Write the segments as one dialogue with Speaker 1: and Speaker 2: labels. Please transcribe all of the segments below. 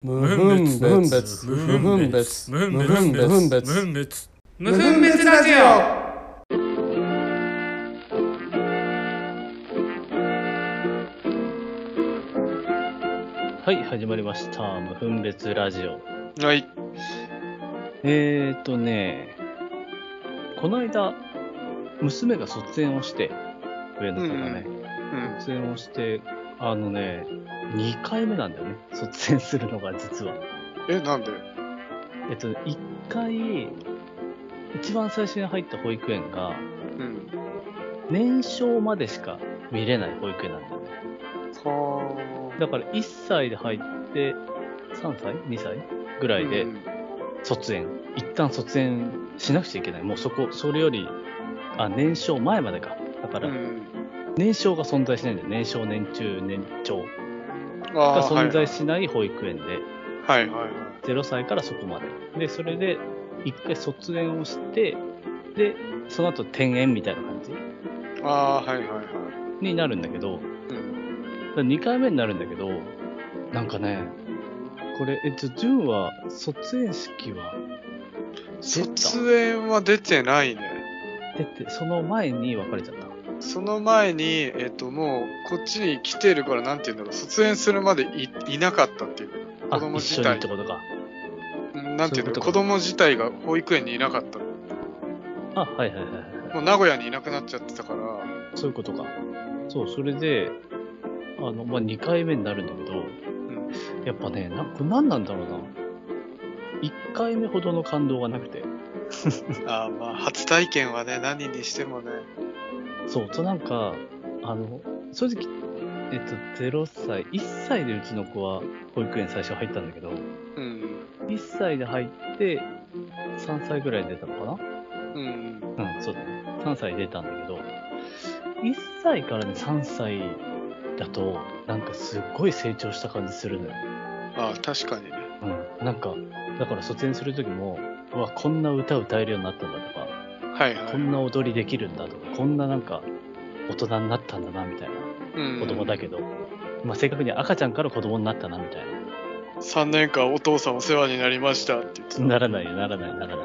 Speaker 1: 無
Speaker 2: 無
Speaker 1: 分
Speaker 2: 分
Speaker 1: 別
Speaker 2: 別
Speaker 1: 無分別
Speaker 2: 無
Speaker 1: 無分
Speaker 2: 分別
Speaker 1: 別
Speaker 2: 無分
Speaker 1: 無分
Speaker 2: 別
Speaker 1: 別
Speaker 2: 無分別
Speaker 3: 無分別ラジオ
Speaker 4: はい、始まりました。無分別ラジオ。
Speaker 3: はい
Speaker 4: えーとね、この間、娘が卒園をして、上の子がね、
Speaker 3: うん
Speaker 4: 卒園をして、あのね、2回目なんだよね、卒園するのが実は。
Speaker 3: えなんで
Speaker 4: えっと、1回、一番最初に入った保育園が、
Speaker 3: うん
Speaker 4: 年少までしか見れない保育園なんだよね。
Speaker 3: は
Speaker 4: だから1歳で入って、3歳 ?2 歳ぐ
Speaker 3: あ
Speaker 4: らいで、
Speaker 3: うん
Speaker 4: 卒園一旦卒園しなくちゃいけないもうそこそれよりあ年少前までかだか
Speaker 3: う
Speaker 4: ら
Speaker 3: ん
Speaker 4: 年少が存在しないんだよ年少年中年長
Speaker 3: あ
Speaker 4: が
Speaker 3: ーはい
Speaker 4: 存在しない保育園で
Speaker 3: はいはいはい
Speaker 4: 0歳からそこまででそれで一回卒園をしてでその後転園みたいな感じ
Speaker 3: あーはいはいはい
Speaker 4: になるんだけど
Speaker 3: うん
Speaker 4: 2回目になるんだけどなんかねこれえっと潤は卒園式は出た
Speaker 3: 卒園は出てないね
Speaker 4: 出てその前に別れちゃった
Speaker 3: その前にえっ、ともうこっちに来てるからなんていうんだろう卒園するまでいいなかったっていう
Speaker 4: あ
Speaker 3: 子供
Speaker 4: 一緒
Speaker 3: 自
Speaker 4: にっ
Speaker 3: 体
Speaker 4: てことか
Speaker 3: うんなんていうんだろう
Speaker 4: そういうことか
Speaker 3: 子供自体が保育園にいなかったも
Speaker 4: あ、はいはいはいはいはい。
Speaker 3: う名古屋にいなくなっちゃってたから
Speaker 4: そういうことか。そう、それで、あの、まあ、2回目になるんだけど、
Speaker 3: ん
Speaker 4: やっぱね、なこれ何なんだろうな。1回目ほどの感動がなくて。
Speaker 3: ああまあ初体験はね何にしてもね
Speaker 4: そう、となんか、あの、正直、えっと、0歳、1歳でうちの子は保育園最初入ったんだけど、
Speaker 3: うん
Speaker 4: 1歳で入って、3歳ぐらいに出たのかな
Speaker 3: うん
Speaker 4: うん、そうだね。3歳出たんだけど、1歳からね、3歳だと、なんかすっごい成長した感じするのよ。
Speaker 3: ああ確かにね
Speaker 4: うん。なんか、だから卒園する時も、うわ、こんな歌歌えるようになったんだとか、
Speaker 3: はいはい
Speaker 4: こんな踊りできるんだとか、こんななんか、大人になったんだな、みたいな。子供だ
Speaker 3: け
Speaker 4: けど、まあ正確に赤ちゃんから子供になったな、み たいな。
Speaker 3: 3年間お父さんお世話になりましたって言ってた
Speaker 4: ならないよ、ならない、ならな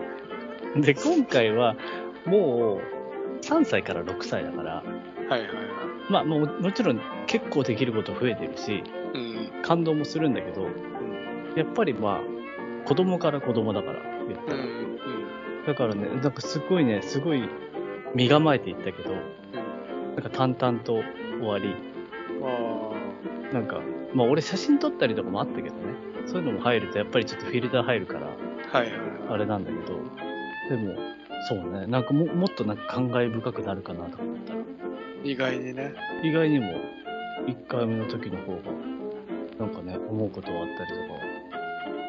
Speaker 4: い。で、今回は、もう、3歳から6歳だから、
Speaker 3: はいはいはい
Speaker 4: まあもうもちろん結構できること増えてるし
Speaker 3: うん
Speaker 4: 感動もするんだけどやっぱりまあ子供から子供だから言った
Speaker 3: うんうん
Speaker 4: ら、だからねなんかすごいねすごい身構えていったけど、なんか淡々と終わり
Speaker 3: うんあ
Speaker 4: なんかまあ俺写真撮ったりとかもあったけどねそういうのも入るとやっぱりちょっとフィルター入るから
Speaker 3: あはいはい
Speaker 4: あ
Speaker 3: はい
Speaker 4: れなんだけどでもそうねなんかももっとなんか感慨深くなるかなとか思ったら
Speaker 3: 意外にね
Speaker 4: 意外にも1回目の時の方がなんかね思うことはあったり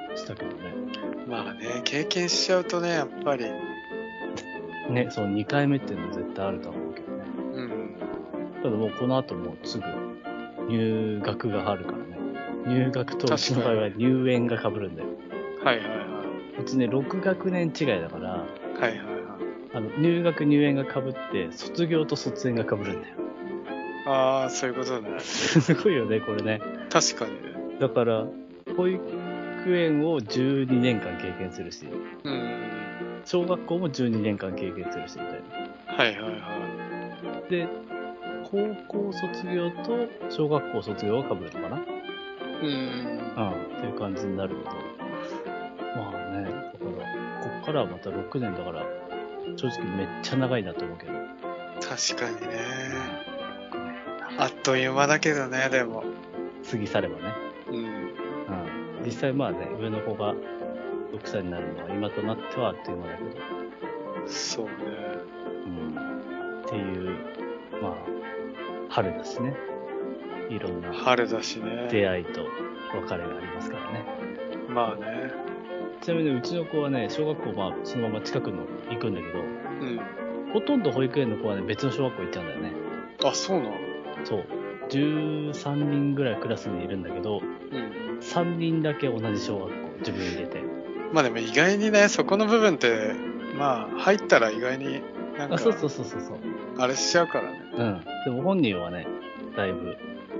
Speaker 4: とかしたけどね
Speaker 3: まあね経験しちゃうとねやっぱり
Speaker 4: ねその2回目っていうのは絶対あるとは思うけどね
Speaker 3: うん
Speaker 4: ただもうこの後もうすぐ入学があるからね入学とうちの場合は入園がかぶるんだよ
Speaker 3: はいはいは
Speaker 4: うちね6学年違いだから
Speaker 3: いはいはいはい
Speaker 4: あの入学入園がかぶって卒業と卒園がかぶるんだよ
Speaker 3: ああそういうことね
Speaker 4: すごいよねこれね
Speaker 3: 確かにね
Speaker 4: だから保育園を12年間経験するし
Speaker 3: うん
Speaker 4: 小学校も12年間経験するしみたいな。
Speaker 3: はいはいは
Speaker 4: で、高校卒業と小学校卒業が被るのか
Speaker 3: いうん
Speaker 4: なうん。っていう感じになるけど。まあね、だから、こっからはまた6年だから、正直めっちゃ長いなと思うけど。
Speaker 3: 確かにね
Speaker 4: 6年
Speaker 3: あっという間だけどねでも
Speaker 4: 過ぎ去ればね。
Speaker 3: うん
Speaker 4: うん。実際まあね、上の子が6歳になるのは今となってはあっという間だけど。
Speaker 3: そうね
Speaker 4: うん。っていう、まあ、春だしね。いろんな。
Speaker 3: 春だしね
Speaker 4: 出会いと別れがありますからね。
Speaker 3: まあね
Speaker 4: ちなみにうちの子はね、小学校まあそのまま近くの行くんだけど、
Speaker 3: うん
Speaker 4: ほとんど保育園の子はね、別の小学校行っちゃうんだよね。
Speaker 3: あそうなの
Speaker 4: そう。13人ぐらいクラスにいるんだけど、
Speaker 3: うん
Speaker 4: 3人だけ同じ小学校、自分入れて。
Speaker 3: まあでも意外にね、そこの部分って、まあ入ったら意外になんか
Speaker 4: あ、そうそうそうそうそう。
Speaker 3: あれしちゃうからね。
Speaker 4: うん。でも本人はね、だいぶ、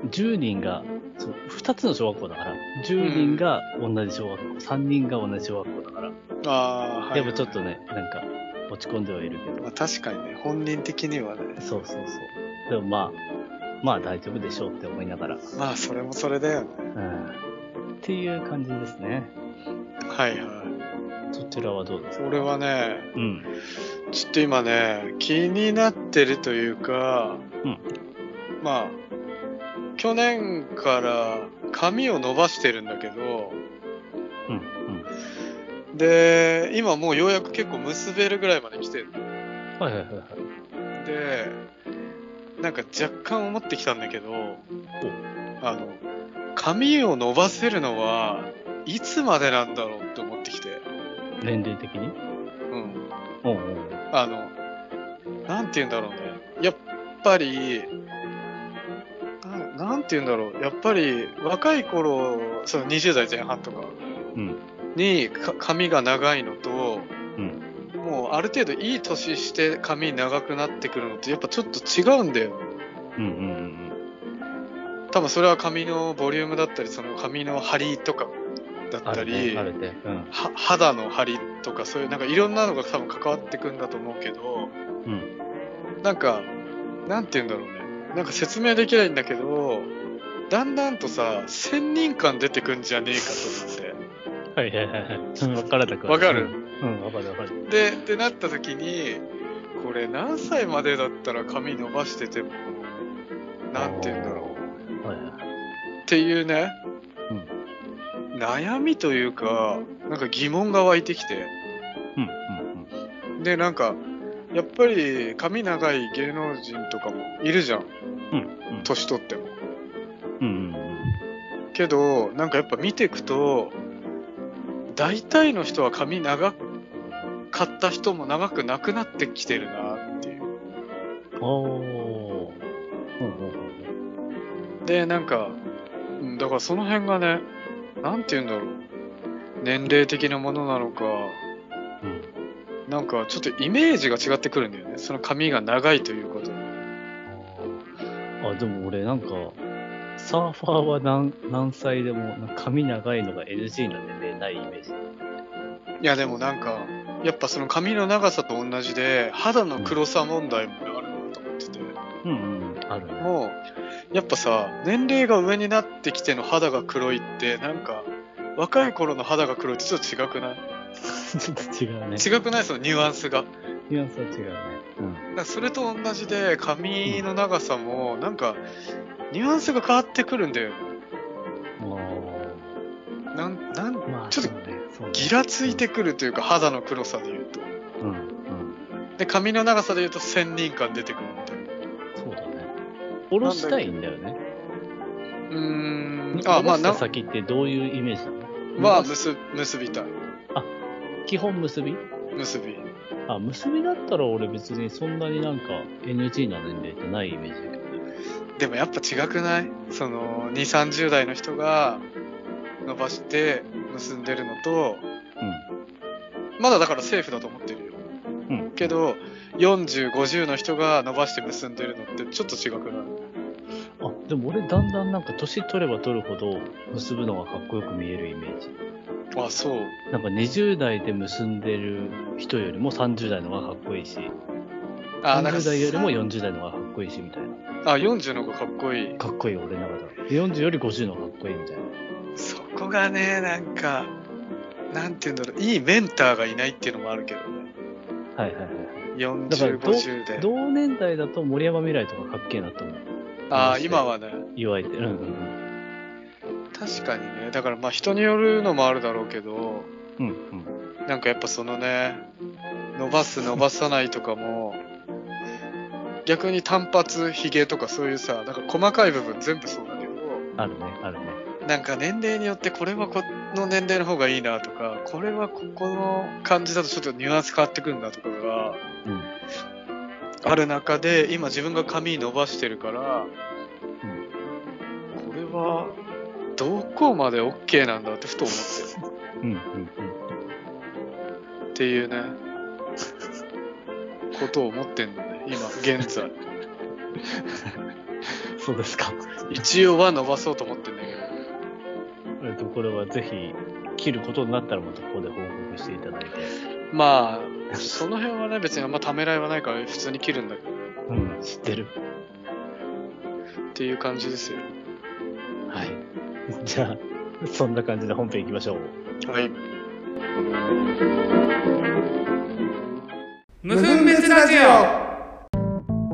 Speaker 4: 10人がそう2つの小学校だから、10人が同じ小学校、3人が同じ小学校だから、
Speaker 3: ああ、はい。
Speaker 4: やっぱちょっとね、なんか、落ち込んではいるけど
Speaker 3: まあ、確かにね、本人的にはね。
Speaker 4: そうそうそう。でもまあ、まあ大丈夫でしょうって思いながら。
Speaker 3: まあ、それもそれだよね。
Speaker 4: うん。っていう感じですね。
Speaker 3: はいは
Speaker 4: そちらはどうで
Speaker 3: い。
Speaker 4: すか
Speaker 3: 俺はね、
Speaker 4: うん。
Speaker 3: ちょっと今ね、気になってるというか、
Speaker 4: うん
Speaker 3: まあ、去年から髪を伸ばしてるんだけど、
Speaker 4: うん。
Speaker 3: で、今もうようやく結構結べるぐらいまで来てる。
Speaker 4: うん。はいはいはいはい。
Speaker 3: で、なんか若干思ってきたんだけど、あの、髪を伸ばせるのはいつまでなんだろうって思ってきて、
Speaker 4: 年齢的に
Speaker 3: うん。
Speaker 4: うんうん。
Speaker 3: あの、なんて言うんだろうね。やっぱり、ななんて言うんだろう。やっぱり、若い頃、その20代前半とか
Speaker 4: うん。
Speaker 3: にか髪が長いのと、
Speaker 4: うん。
Speaker 3: もうある程度いい年して髪長くなってくるのってやっぱちょっと違うんだよ。
Speaker 4: うんうんうん
Speaker 3: 多分それは髪のボリュームだったり、その髪の張りとかだっ
Speaker 4: うん。あ
Speaker 3: た
Speaker 4: る
Speaker 3: り、
Speaker 4: ね。あるね。うん。
Speaker 3: は肌の張りとかそういうなんかいろんなのが多分関わってくんだと思うけど、
Speaker 4: うん。
Speaker 3: なんか、なんて言うんだろうね。なんか説明できないんだけど、だんだんとさ、仙人感出てくんじゃねえかと思っ
Speaker 4: はいはいはいはい。うんわからなく
Speaker 3: て。
Speaker 4: は
Speaker 3: わ
Speaker 4: ない
Speaker 3: かる、
Speaker 4: うん、わかるわかる。
Speaker 3: で、ってなった時に、これ何歳までだったら髪伸ばしてても、なんて言うんだろう。
Speaker 4: はいはい。
Speaker 3: っていうね、悩みというか、なんか疑問が湧いてきて。
Speaker 4: うんうん
Speaker 3: で、なんか、やっぱり髪長い芸能人とかもいるじゃん。
Speaker 4: うん。うんうん。
Speaker 3: 年取っても。
Speaker 4: うんうん
Speaker 3: けどなんかやっぱ見ていくと大体の人は髪長かった人も長くなくなってきてるなっていう
Speaker 4: うん。おー。うんうんうん。
Speaker 3: でなんかうんだからその辺がねなんて言うんだろう年齢的なものなのか
Speaker 4: うん
Speaker 3: なんかちょっとイメージが違ってくるんだよねその髪が長いということ
Speaker 4: あーあ、でも俺なんか、サーファーは何何歳でもなんか髪長いのが NG な年齢ないイメージ。
Speaker 3: いやでもなんかやっぱその髪の長さと同じで肌の黒さ問題もあるなと思ってて
Speaker 4: うんうん。あるね。
Speaker 3: もうやっぱさ年齢が上になってきての肌が黒いってなんか若い頃の肌が黒いってちょっと違くない
Speaker 4: ちょっ と違うね。
Speaker 3: 違くないそのニュアンスがだか
Speaker 4: ニュアンスは違うね。
Speaker 3: らそれと同じで髪の長さもなんかニュアンスが変わってくるんだよ
Speaker 4: うん。も
Speaker 3: なんなん
Speaker 4: う、まあ、
Speaker 3: ちょっと
Speaker 4: そうね、そうね
Speaker 3: ギラついてくるというか肌の黒さで言うと
Speaker 4: うん、うん。
Speaker 3: で髪の長さで言うと仙人感出てくるみたいな
Speaker 4: そうだね。下ろしたいんだよね。
Speaker 3: うーん
Speaker 4: あ、
Speaker 3: あ
Speaker 4: ま
Speaker 3: ま
Speaker 4: あ、
Speaker 3: あ
Speaker 4: な
Speaker 3: な
Speaker 4: 先ってどういうイメージなの
Speaker 3: は結結びたい
Speaker 4: 基本結び
Speaker 3: 結び
Speaker 4: あ、結びだったら俺別にそんなになんか NG な年齢ってないイメージだけど。
Speaker 3: でもやっぱ違くないその、2、30代の人が伸ばして結んでるのと、まだだからセーフだと思ってるよ。
Speaker 4: うん。うん。
Speaker 3: けど、40、50の人が伸ばして結んでるのってちょっと違くない
Speaker 4: あ、でも俺だんだんなんか年取れば取るほど結ぶのがかっこよく見えるイメージ。
Speaker 3: あ、そう。
Speaker 4: なんか20代で結んでる人よりも30代の方がかっこいいし、
Speaker 3: あ、なんか
Speaker 4: 30代よりも40代の方がかっこいいしみたいな。
Speaker 3: あ、40の方がかっこいい。
Speaker 4: かっこいい俺の中では。で40より50の方がかっこいいみたいな。
Speaker 3: そこがね、なんか、なんて言うんだろう、いいメンターがいないっていうのもあるけどね。
Speaker 4: はいはいはいはい。だから
Speaker 3: 40、
Speaker 4: ど
Speaker 3: 50で。
Speaker 4: 同年代だと森山未来とかかっけえなと思う。
Speaker 3: あ、今はね。
Speaker 4: 言われて。うんうん
Speaker 3: 確かにね。だからまあ人によるのもあるだろうけど、
Speaker 4: うん。うんうん。
Speaker 3: なんかやっぱそのね、伸ばす伸ばさないとかも、逆に単発、ヒゲとかそういうさ、なんか細かい部分全部そうだけど、
Speaker 4: あるね、あるね。
Speaker 3: なんか年齢によってこれはこの年齢の方がいいなとか、これはここの感じだとちょっとニュアンス変わってくるんだとかが
Speaker 4: うん。
Speaker 3: ある中で、今自分が髪伸ばしてるから、これはどこまで OK なんだってふと思ってる
Speaker 4: うんうんうん。
Speaker 3: っていうね、ことを思ってんのね、今、現在。
Speaker 4: そうですか。
Speaker 3: 一応は伸ばそうと思ってんだけど。
Speaker 4: えっと、これはぜひ、切ることになったらまたここで報告していただいて。
Speaker 3: まあ、その辺はね、別にあんまためらいはないから、普通に切るんだけど。
Speaker 4: うん、知ってる。
Speaker 3: っていう感じですよ。
Speaker 4: はい。 じゃあ、そんな感じで本編行きましょう。
Speaker 3: はい。
Speaker 1: 無分別ラジオ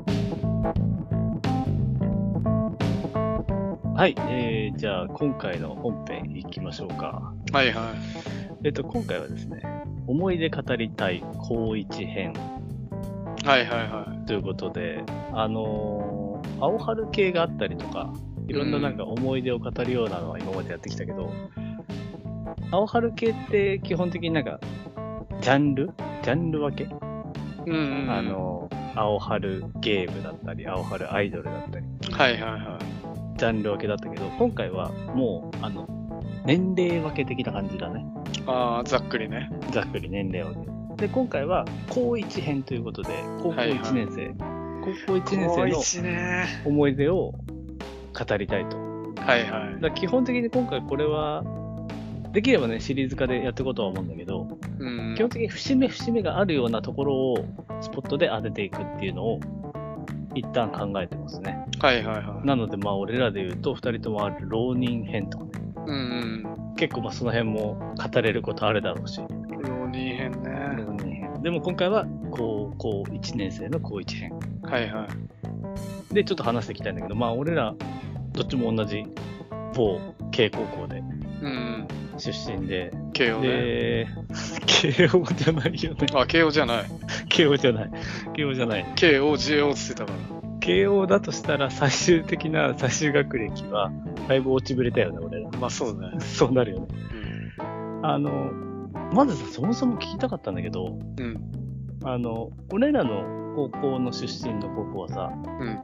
Speaker 4: はい、えー、じゃあ今回の本編行きましょうか。
Speaker 3: はいはい。
Speaker 4: えっと、今回はですね、思い出語りたい高一編
Speaker 3: はいはいは
Speaker 4: ということで、あのー、青春系があったりとか、いろんななんか思い出を語るようなのは今までやってきたけど、青春系って基本的になんか、ジャンルジャンル分け、
Speaker 3: い。うん、うん。
Speaker 4: あ、のー、青春ゲームだったり、青春アイドルだったり、
Speaker 3: はいはいは
Speaker 4: ジャンル分けだったけど、今回はもう、あの、年齢分け的な感じだね。
Speaker 3: い。ああ、ざっくりね。
Speaker 4: ざっくり年齢をで今回は高1編ということで高校
Speaker 3: はいはい
Speaker 4: 1年生、高校1年生の
Speaker 3: 一ね。
Speaker 4: 思い出を語りたいと
Speaker 3: はいはい。
Speaker 4: だから基本的に今回これはできればねシリーズ化でやっていこうとは思うんだけど、
Speaker 3: うん。
Speaker 4: 基本的に節目節目があるようなところをスポットで当てていくっていうのを一旦考えてますね
Speaker 3: はいはいはい。
Speaker 4: なのでまあ俺らで言うと2人ともある浪人編とかね
Speaker 3: うん
Speaker 4: 結構まあその辺も語れることあるだろうし
Speaker 3: うん。浪人編ね。
Speaker 4: 浪人編でも今回は高校1年生の高1編
Speaker 3: はいはい。
Speaker 4: で、ちょっと話していきたいんだけど、まあ、俺ら、どっちも同じ、某、慶高校で、
Speaker 3: うん。
Speaker 4: 出身で、
Speaker 3: 慶応ね。
Speaker 4: で、慶応じゃない よね。
Speaker 3: あ、慶応じゃない。
Speaker 4: 慶応じゃない。慶応じゃない。
Speaker 3: 慶応、JO つってたから。
Speaker 4: 慶応だとしたら、最終的な最終学歴は、だいぶ落ちぶれたよね、俺ら。
Speaker 3: まあそうね。
Speaker 4: そうなるよね。あの、まずさ、そもそも聞きたかったんだけど、
Speaker 3: うん。
Speaker 4: あの、俺らの高校の出身の高校はさ、
Speaker 3: うん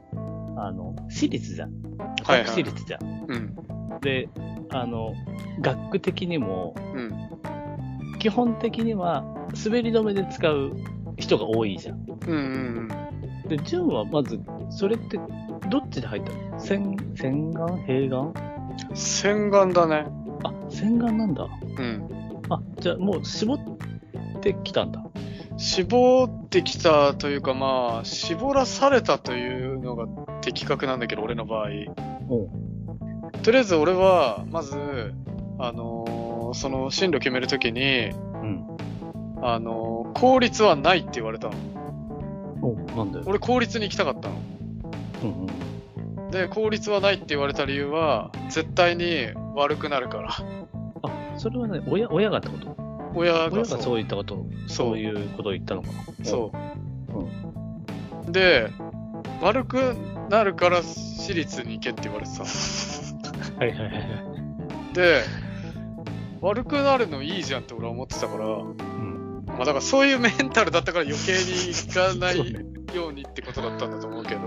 Speaker 4: あの、私立じゃん。
Speaker 3: はいはい
Speaker 4: 私立じゃん。
Speaker 3: うん。
Speaker 4: で、あの、学区的にも、
Speaker 3: うん。
Speaker 4: 基本的には滑り止めで使う人が多いじゃん。
Speaker 3: うん。うん。
Speaker 4: で、純はまず、それって、どっちで入ったの洗、洗顔併願
Speaker 3: うん洗顔だね。
Speaker 4: あ、洗顔なんだ。
Speaker 3: うん。
Speaker 4: あ、じゃあもう絞ってきたんだ。
Speaker 3: 絞ってきたというか、まあ、絞らされたというのが的確なんだけど、俺の場合。
Speaker 4: おう
Speaker 3: とりあえず俺は、まず、あのーその進路決めるときに、
Speaker 4: うん。
Speaker 3: あのー公立はないって言われたの。
Speaker 4: おうなんだよ。
Speaker 3: 俺公立に行きたかったの。
Speaker 4: うんうん。
Speaker 3: で、公立はないって言われた理由は、絶対に悪くなるから。
Speaker 4: あ、それはね、親、親がってこと
Speaker 3: 親が
Speaker 4: 親が
Speaker 3: そ。
Speaker 4: そうういったこと、
Speaker 3: そう
Speaker 4: そういうことを言ったのかな。
Speaker 3: そう。で、悪くなるから私立に行けって言われてた の。
Speaker 4: う。はいはいはい。
Speaker 3: で、悪くなるのいいじゃんって俺は思ってたから、
Speaker 4: うん。
Speaker 3: まあだからそういうメンタルだったから余計に行かな
Speaker 4: そうね
Speaker 3: いようにってことだったんだと思うけど、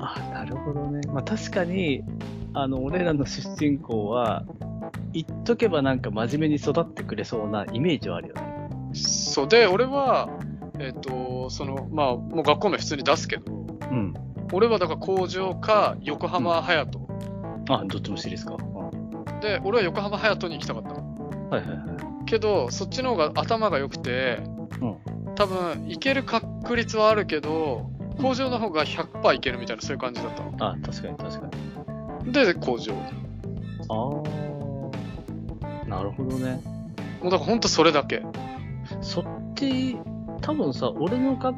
Speaker 4: あなるほどね、まあ、確かにあの俺らの出身校は言っとけばなんか真面目に育ってくれそうなイメージはあるよね
Speaker 3: そうで、俺は、えっ、と、その、まあ、もう学校名普通に出すけど、
Speaker 4: うん
Speaker 3: 俺はだから工場か横浜隼人、
Speaker 4: あどっちも私立か、
Speaker 3: で、俺は横浜隼人に行きたかったの。
Speaker 4: はいはいはい
Speaker 3: けど、そっちの方が頭が良くて、多分、行ける確率はあるけど、工場の方が100%行けるみたいな、そういう感じだったの。
Speaker 4: あ確かに確かに
Speaker 3: で、工場。も
Speaker 4: ああなるほどね
Speaker 3: うだからほんとそれだけ。
Speaker 4: そっち多分さ俺の学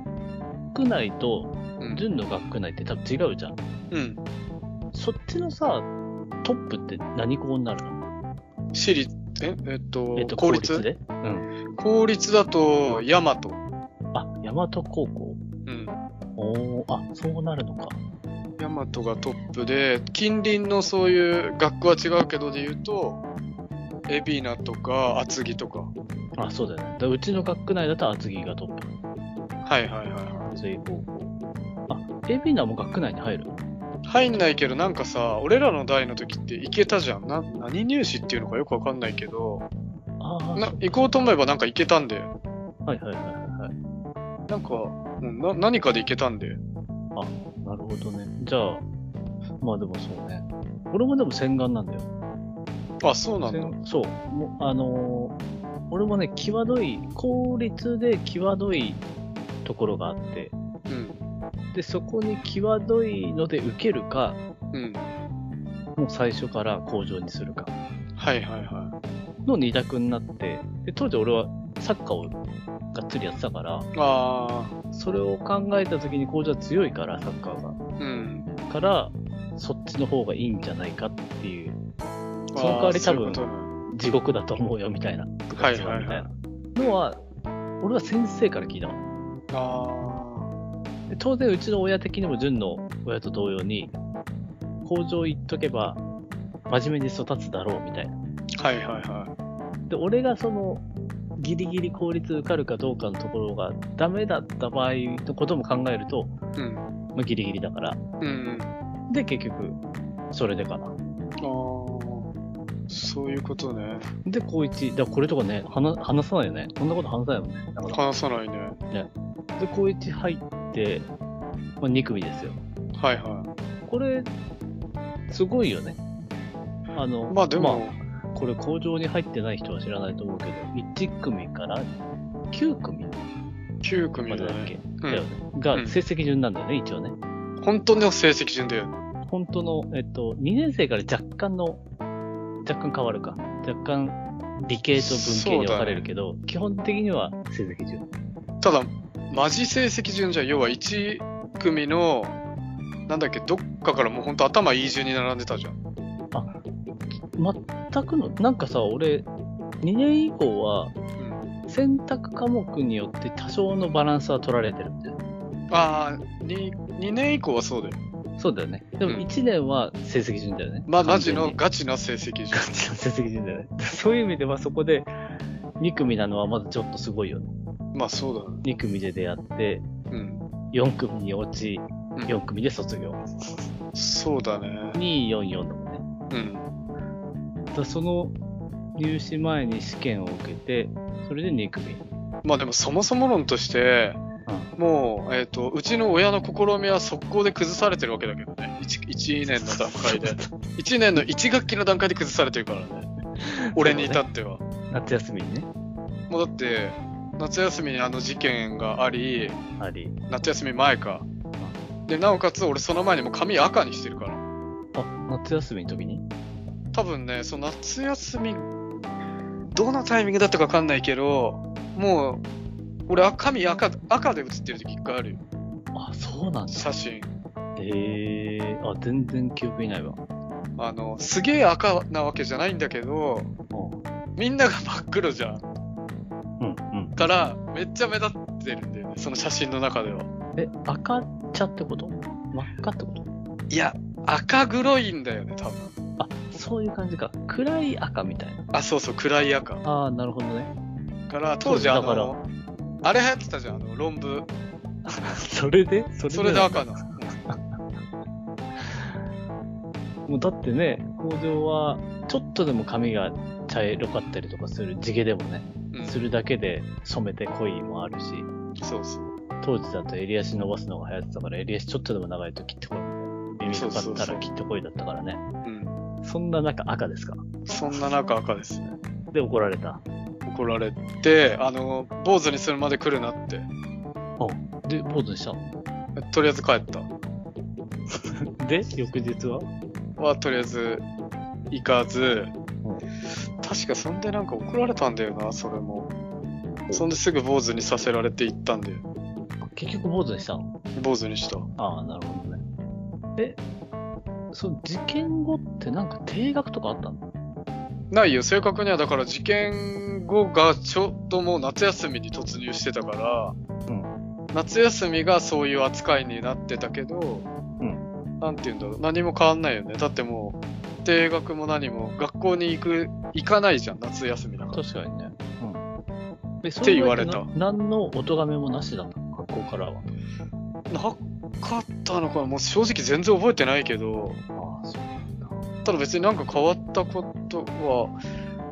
Speaker 4: 区内と
Speaker 3: うん。
Speaker 4: 純の学区内って多分違うじゃん
Speaker 3: うん。
Speaker 4: そっちのさトップって何校になるの、
Speaker 3: 私立、え、えっと、
Speaker 4: えっと、
Speaker 3: 公
Speaker 4: 公
Speaker 3: 立
Speaker 4: 立でうん
Speaker 3: 公立だと、ヤマト。
Speaker 4: あ大和高校
Speaker 3: うん。
Speaker 4: おおあそうなるのか
Speaker 3: ヤマトがトップで、近隣のそういう学区は違うけどで言うと、エビナとか厚木とか。
Speaker 4: あ、そうだよね。だからうちの学区内だと厚木がトップ。
Speaker 3: はいはいはいは
Speaker 4: 厚木高校。あ、エビナも学区内に入る
Speaker 3: い。入んないけど、なんかさ、俺らの代の時って行けたじゃん。な何入試っていうのかよくわかんないけど、
Speaker 4: ああ、
Speaker 3: な行こうと思えばなんか行けたんで、
Speaker 4: はいはいはいはいはい。
Speaker 3: なんか、うんな何かで行けたんで。
Speaker 4: なるほどね。じゃあ、まあでもそうね。俺もでも洗顔なんだよ。
Speaker 3: あ、そうなんだ。
Speaker 4: 洗そう。もうあのー俺もね、際どい、効率で際どいところがあって、
Speaker 3: うん。
Speaker 4: で、そこに際どいので受けるか、
Speaker 3: うん。
Speaker 4: もう最初から工場にするか
Speaker 3: はいはいは
Speaker 4: の二択になって、で、当時俺はサッカーをがっつりやってたから、
Speaker 3: い。ああ、
Speaker 4: それを考えた時に工場は強いから、サッカーが。
Speaker 3: うん。
Speaker 4: から、そっちの方がいいんじゃないかっていう、
Speaker 3: あー
Speaker 4: その代わり多分
Speaker 3: そういうこ
Speaker 4: 地獄だと思うよみたいな、部活はみたいなのは、俺は先生から聞いたの。
Speaker 3: とあ
Speaker 4: で当然、うちの親的にも、純の親と同様に、工場行っとけば、真面目に育つだろうみたいな。
Speaker 3: あ、はいはいは
Speaker 4: で、俺がその、ギリギリ効率受かるかどうかのところがダメだった場合のことも考えると、
Speaker 3: い。うん。
Speaker 4: まあ、ギリギリだから。
Speaker 3: うん。
Speaker 4: で、結局、それでかな。
Speaker 3: ああ、そういうことね。
Speaker 4: で、高一。だからこれとかね、話話さないよね。こんなこと話さないよね。だから
Speaker 3: 話さないね。
Speaker 4: で、高一入って、まあ、2組ですよ。
Speaker 3: はいは
Speaker 4: これ、すごいよね。あの、
Speaker 3: い。まあでも、
Speaker 4: あこれ工場に入ってない人は知らないと思うけど、1組から9組
Speaker 3: 9組
Speaker 4: ま
Speaker 3: だ
Speaker 4: でだっ
Speaker 3: ね。
Speaker 4: け、
Speaker 3: うん
Speaker 4: だよね。が成績順なんだよね、一応ね。
Speaker 3: 本当の成績順だよね。
Speaker 4: 本当の、えっと、2年生から若干の、若干変わるか。若干、理系と文系に分かれるけど、基本的には成績順。
Speaker 3: ただ、マジ成績順じゃ、要は1組の、なんだっけ、どっかからもう本当頭いい順に並んでたじゃん。
Speaker 4: 全くの、なんかさ、俺、2年以降は、選択科目によって多少のバランスは取られてるんだよ。
Speaker 3: ああ、に2年以降はそうだよ。
Speaker 4: そうだよね。でも
Speaker 3: うん
Speaker 4: 1年は成績順だよね。
Speaker 3: まあ、マ
Speaker 4: 完
Speaker 3: ジ
Speaker 4: 全に
Speaker 3: のガチな成績順
Speaker 4: ガ。チ の成績順だよね。そういう意味ではそこで2組なのはまずちょっとすごいよね。
Speaker 3: まあ、そう
Speaker 4: 2組で出会って、
Speaker 3: だね。うん。
Speaker 4: 4組に落ち、
Speaker 3: うん
Speaker 4: 4組で卒業。
Speaker 3: そうだね。
Speaker 4: 244だもんね。
Speaker 3: うん。
Speaker 4: だからその入試前に試験を受けて、それで2組。
Speaker 3: まあ、でも、そもそも論として、もう、えっ、と、うちの親の試みは速攻で崩されてるわけだけどね。1, 年の段階で。1年の1学期の段階で崩されてるからね。俺に至っては。
Speaker 4: 夏休みにね、
Speaker 3: もうだって、夏休みにあの事件があり、
Speaker 4: あり。
Speaker 3: 夏休み前か。で、なおかつ俺その前にもう髪赤にしてるから。
Speaker 4: あ、夏休みの時に
Speaker 3: 多分ね、その夏休み、どのタイミングだったかわかんないけど、もう、俺髪赤、赤で写ってる時一回あるよ。
Speaker 4: あ、そうなんだ。
Speaker 3: 写真。
Speaker 4: へえー、あ、全然記憶いないわ。
Speaker 3: あの、すげえ赤なわけじゃないんだけど、みんなが真っ黒じゃん。
Speaker 4: うん、うん。
Speaker 3: から、めっちゃ目立ってるんだよね、その写真の中では。
Speaker 4: え、赤茶ってこと真っ赤ってこと
Speaker 3: いや、赤黒いんだよね、多分。
Speaker 4: あ、そういう感じか。暗い赤みたいな。
Speaker 3: あ、そうそう、暗い赤。
Speaker 4: ああ、なるほどね。
Speaker 3: から、当時あ
Speaker 4: だから
Speaker 3: の、あれ流行ってたじゃん、あの、論文。
Speaker 4: それでそ
Speaker 3: それで赤なの。
Speaker 4: もうだってね、工場は、ちょっとでも髪が茶色かったりとかする、地毛でもね、
Speaker 3: うん、
Speaker 4: するだけで染めて濃いもあるし、
Speaker 3: そうそう。
Speaker 4: 当時だと襟足伸ばすのが流行ってたから、襟足ちょっとでも長いと切ってこいみたいな。耳かか
Speaker 3: そう
Speaker 4: っ
Speaker 3: そ
Speaker 4: た
Speaker 3: うそ
Speaker 4: ら
Speaker 3: う
Speaker 4: 切ってこいだったからね。
Speaker 3: うん。
Speaker 4: そんな中赤ですか
Speaker 3: そんな中赤ですね。
Speaker 4: で怒られた。
Speaker 3: 怒られて、あの、坊主にするまで来るなって。
Speaker 4: で、坊主にしたの
Speaker 3: とりあえず帰った。
Speaker 4: で、翌日は
Speaker 3: は、とりあえず、行かず、確かそんでなんか怒られたんだよな、それも。そんですぐ坊主にさせられて行ったんで、
Speaker 4: 結局坊主にしたの
Speaker 3: 坊主にした。
Speaker 4: ああ、なるほどね。え、その事件後ってなんか定額とかあったの
Speaker 3: ないよ、正確にはだから事件後がちょうどもう夏休みに突入してたから、
Speaker 4: うん
Speaker 3: 夏休みがそういう扱いになってたけど、
Speaker 4: うん
Speaker 3: なんて言うんだろう、何も変わんないよね。だってもう、定額も何も、学校に行く、行かないじゃん、夏休みだから。
Speaker 4: 確かにね。うん。で、そ
Speaker 3: って言われた
Speaker 4: の前な何のお咎めもなしだったの学校からは。
Speaker 3: なかったのかな、もう正直全然覚えてないけど、
Speaker 4: ああ、そうなんだ。
Speaker 3: ただ別になんか変わったことは、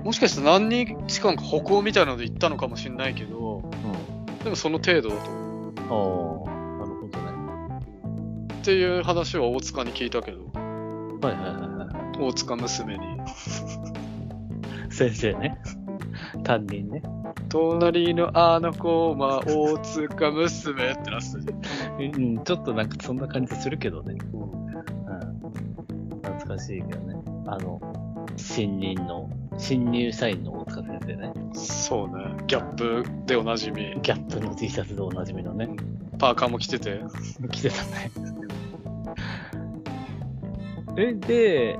Speaker 3: もしかしたら何日間か歩行みたいなので行ったのかもしれないけど、でもその程度だと思う。
Speaker 4: ああ、なるほどね。
Speaker 3: っていう話は大塚に聞いたけど、
Speaker 4: はいはいはいは
Speaker 3: 大塚娘に。
Speaker 4: い。先生ね。担任ね。
Speaker 3: 隣のあの子は大塚娘ってなってたじゃん。
Speaker 4: うん、ちょっとなんかそんな感じするけどね。うん。懐かしいけどね。あの、新任の、新入社員の大塚先生ね。
Speaker 3: そうね。ギャップでおなじみ。
Speaker 4: ギャップの T シャツでおなじみのね。
Speaker 3: パーカーも着てて。
Speaker 4: 来てたね。 え、で、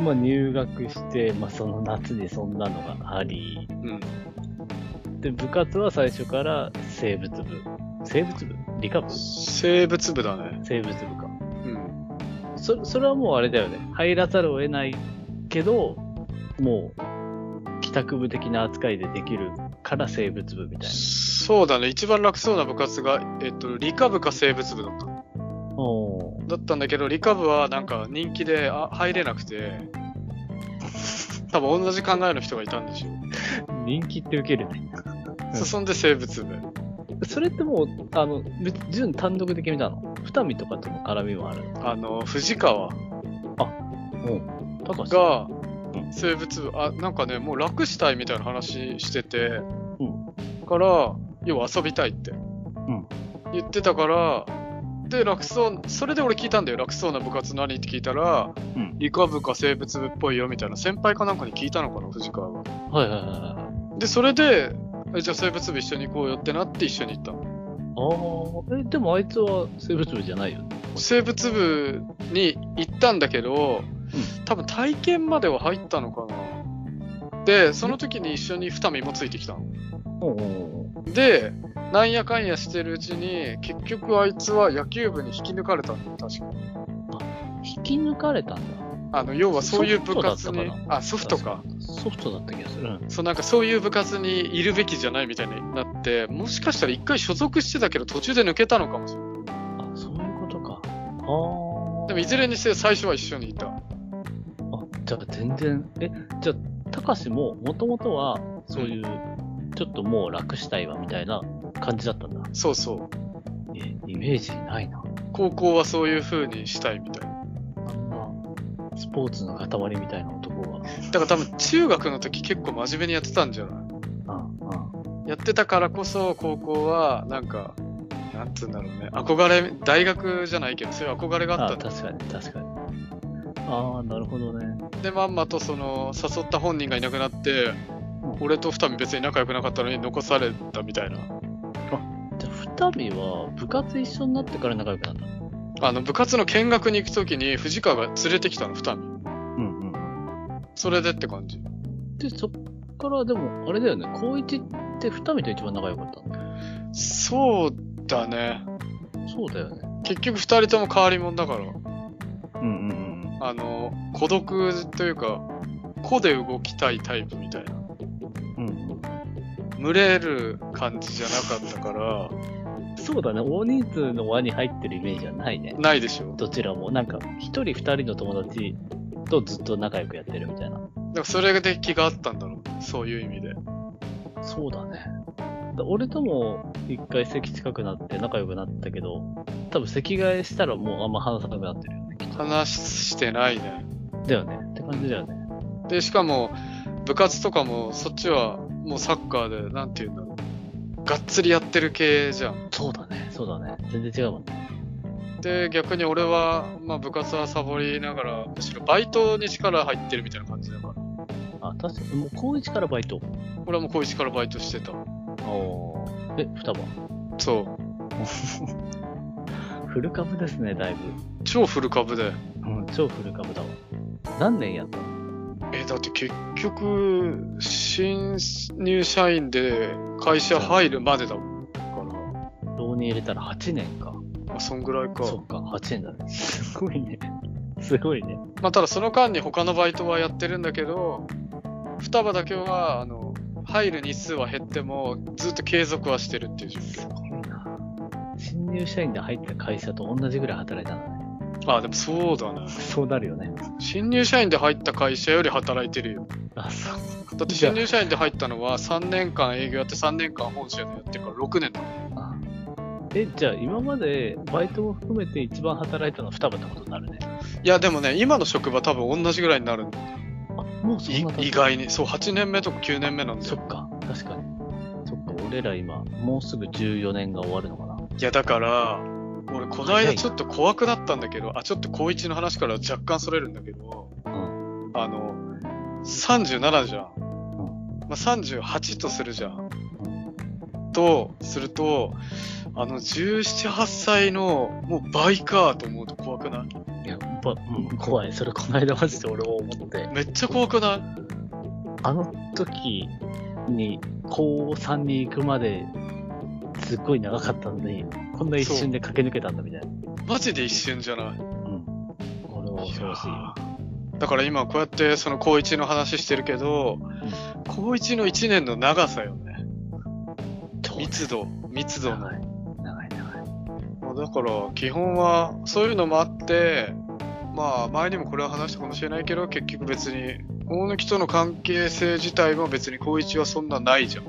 Speaker 4: まあ入学して、まあその夏にそんなのがあり、
Speaker 3: うん。
Speaker 4: で、部活は最初から生物部。生物部理科部
Speaker 3: 生物部だね。
Speaker 4: 生物部か。
Speaker 3: うん。
Speaker 4: そそれはもうあれだよね入らざるを得ないけどもう帰宅部的な扱いでできるから生物部みたい
Speaker 3: そうだね。一番楽そうな部活が、えっと、理科部か生物部だった。
Speaker 4: なお
Speaker 3: だったんだけど、理科部はなんか人気であ入れなくて、多分同じ考えの人がいたんでしょう。
Speaker 4: 人気って受けるねうん
Speaker 3: 進んで生物部。
Speaker 4: それってもうあの別純単独で決めたの二見とかとの絡みもある
Speaker 3: あの、藤川
Speaker 4: 高橋
Speaker 3: が生物部、あ、なんかね、もう楽したいみたいな話してて、から、要は遊びたいって、
Speaker 4: ん
Speaker 3: 言ってたから、で、楽そう、それで俺聞いたんだよ。楽そうな部活何って聞いたら、
Speaker 4: うん
Speaker 3: 理科部か生物部っぽいよみたいな、先輩かなんかに聞いたのかな、藤川が。
Speaker 4: はいはいはいはい
Speaker 3: で、それで、えじゃあ生物部一緒に行こうよってなって一緒に行ったの。
Speaker 4: ああえでもあいつは生物部じゃないよね
Speaker 3: 生物部に行ったんだけど、多分体験までは入ったのかな。で、その時に一緒に二見もついてきたの。
Speaker 4: おお
Speaker 3: で、なんやかんやしてるうちに、結局あいつは野球部に引き抜かれたんだよ、確か。
Speaker 4: 引き抜かれたんだ
Speaker 3: あの、要はそういう部活
Speaker 4: ソフトだ
Speaker 3: に
Speaker 4: ったか、
Speaker 3: あ、ソフトか。
Speaker 4: ソフトだった気がする、うん、
Speaker 3: そう、なんかそういう部活にいるべきじゃないみたいになって、もしかしたら一回所属してたけど途中で抜けたのかもしれない。
Speaker 4: あそういうことかああ
Speaker 3: でもいずれにして最初は一緒にいた。
Speaker 4: あ、じゃあ全然、え、じゃあ、たかしも、もともとは、そういう、ちょっともう楽したいわ、みたいな感じだったんだ。
Speaker 3: そうそう。
Speaker 4: え、イメージないな。
Speaker 3: 高校はそういう風にしたいみたいな。
Speaker 4: あんな、スポーツの塊みたいな男
Speaker 3: だ
Speaker 4: が。
Speaker 3: から多分中学の時結構真面目にやってたんじゃない
Speaker 4: うん、う
Speaker 3: やってたからこそ高校はなんかなんつうんだろうね憧れ大学じゃないけどそういう憧れが
Speaker 4: ん。
Speaker 3: あった
Speaker 4: あ
Speaker 3: んだ
Speaker 4: 確かに、確かに。ああ、なるほどね。
Speaker 3: でまんまとその誘った本人がいなくなって
Speaker 4: うん
Speaker 3: 俺と二見別に仲良くなかったのに残されたみたいな
Speaker 4: じゃあ、二人は、部活一緒になってから仲良くなったの
Speaker 3: あの部活の見学に行く時に藤川が連れてきたの二見
Speaker 4: うん、うん。
Speaker 3: それでって感じ
Speaker 4: で、そっから、でも、あれだよね、高一って二人と一番仲良かったの
Speaker 3: そうだね
Speaker 4: そうだよね。
Speaker 3: 結局二人とも変わり者だから
Speaker 4: うん、うん、うん。
Speaker 3: あの孤独というか個で動きたいタイプみたいな
Speaker 4: うん、うん。
Speaker 3: 群れる感じじゃなかったから
Speaker 4: そうだね、大人数の輪に入ってるイメージはないね。
Speaker 3: ないでしょ
Speaker 4: どちらも、なんか、一人二人の友達とずっと仲良くやってるみたいな。
Speaker 3: だからそれで気があったんだろう。そういう意味で。
Speaker 4: そうだね。だ俺とも一回席近くなって仲良くなったけど、多分席替えしたらもうあんま話さなくなってるよね。きっと
Speaker 3: 話してないね。
Speaker 4: だよね。って感じだよね。
Speaker 3: で、しかも、部活とかも、そっちは、もうサッカーで、なんて言うんだろう。がっつりやってる系じゃん。
Speaker 4: そうだね。そうだね。全然違うもんね。
Speaker 3: で、逆に俺は、まあ部活はサボりながら、むしろバイトに力入ってるみたいな感じだから。
Speaker 4: あ、確かに、もう高一からバイト。
Speaker 3: 俺はもう高一からバイトしてた。
Speaker 4: おえ、双葉。
Speaker 3: そ
Speaker 4: フル株ですね、だいぶ。
Speaker 3: う。超フル株で。
Speaker 4: うん、超フル株だわ。何年やったの
Speaker 3: え、だって結局、新入社員で会社入るまでだから。
Speaker 4: 浪人入れたら8年か。
Speaker 3: まあ、そんぐらいか。
Speaker 4: そっか、8年だね。すごいね。すごいね。
Speaker 3: まあ、ただその間に他のバイトはやってるんだけど、双葉だけは、あの、入る日数は減っても、ずっと継続はしてるっていう状況。
Speaker 4: ごいな。新入社員で入った会社と同じぐらい働いたんだね。
Speaker 3: ああ、でもそうだね。
Speaker 4: そうなるよね。
Speaker 3: 新入社員で入った会社より働いてるよ。
Speaker 4: あ、そう。
Speaker 3: だって新入社員で入ったのは3年間営業やって3年間本社でやってから6年だ。
Speaker 4: あえ、じゃあ今までバイトも含めて一番働いたの双葉ってことになるね。
Speaker 3: いや、でもね、今の職場多分同じぐらいになる。
Speaker 4: あ、もうそん
Speaker 3: い
Speaker 4: な経つ
Speaker 3: 意外に。そう、8年目とか9年目なんです
Speaker 4: そ
Speaker 3: よ。
Speaker 4: っか、確かに。そっか、俺ら今、もうすぐ14年が終わるのかな。
Speaker 3: いや、だから、俺、この
Speaker 4: 早
Speaker 3: 間
Speaker 4: い
Speaker 3: ちょっと怖くなったんだけど、あ、ちょっと高一の話から若干それるんだけど、
Speaker 4: うん。
Speaker 3: あの、37じゃん。まあ、38とするじゃん。と、すると、あの、17、8歳の、もう倍かと思うと怖くない
Speaker 4: いや、ばうん、怖い。それこの間マジで俺も思って。
Speaker 3: めっちゃ怖くない
Speaker 4: あの時に高3に行くまですっごい長かったのに、こんな一瞬で駆け抜けたんだみたいな。
Speaker 3: マジで一瞬じゃない
Speaker 4: 俺は恐ろしいよ。
Speaker 3: だから今こうやってその高1の話してるけど、高1の1年の長さよね。密度、密度の。
Speaker 4: 長い。長い長い。
Speaker 3: まあだから基本はそういうのもあって、まあ前にもこれは話したかもしれないけど、結局別に、大貫との関係性自体も別に高1はそんなないじゃん。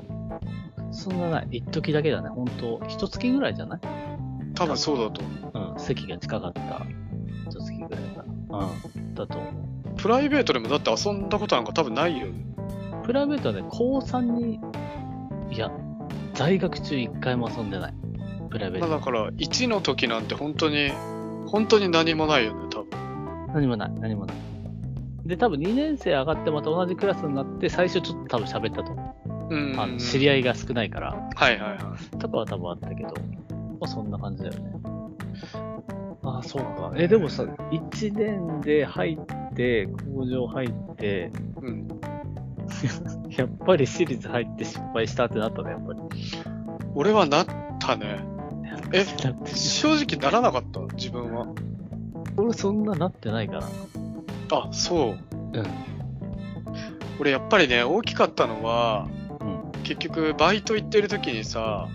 Speaker 4: そんなない。一時だけだね。本当一月ぐらいじゃない
Speaker 3: 多分そうだと思う。
Speaker 4: うん。席が近かった。一月ぐらいかな。うん。だと思う。
Speaker 3: プライベートでもだって遊んだことなんか多分ないよね。
Speaker 4: プライベートはね、高3に、いや、在学中一回も遊んでない。プライベー
Speaker 3: まあ
Speaker 4: ト。
Speaker 3: だから1の時なんて本当に、本当に何もないよね、多分。
Speaker 4: 何もない。何もない。で、多分2年生上がってまた同じクラスになって、最初ちょっと多分喋ったと思う。
Speaker 3: うん。
Speaker 4: あの知り合いが少ないから、
Speaker 3: はいはいはい。
Speaker 4: とかは多分あったけど、まあそんな感じだよね。ああ、そうか。え、でもさ、1年で入って、工場入って、
Speaker 3: うん。
Speaker 4: やっぱり私立入って失敗したってなったね、やっぱり。
Speaker 3: 俺はなったね。え
Speaker 4: だって
Speaker 3: 正直ならなかった、自分は。
Speaker 4: 俺そんななってないから。
Speaker 3: あ、そう。
Speaker 4: うん
Speaker 3: 俺やっぱりね、大きかったのは、
Speaker 4: うん。
Speaker 3: 結局バイト行ってる時にさ、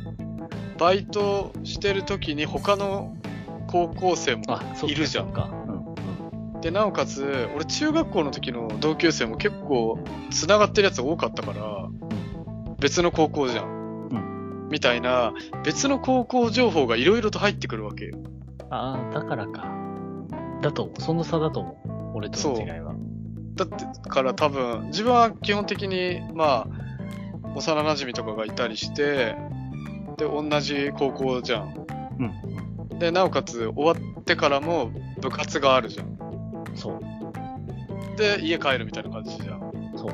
Speaker 3: バイトしてる時に他の高校生も
Speaker 4: あ、そう
Speaker 3: いるじゃん
Speaker 4: か。うん。
Speaker 3: でなおかつ俺中学校の時の同級生も結構つながってるやつ多かったから別の高校じゃん、
Speaker 4: う
Speaker 3: みたいな別の高校情報がいろいろと入ってくるわけよ
Speaker 4: ああ、だからか。だと思う。その差だと思う。俺との違いは。
Speaker 3: だってから多分自分は基本的にまあ幼馴染とかがいたりしてで同じ高校じゃん
Speaker 4: うん。
Speaker 3: でなおかつ終わってからも部活があるじゃん
Speaker 4: そう。
Speaker 3: で家帰るみたいな感じじゃん
Speaker 4: そう。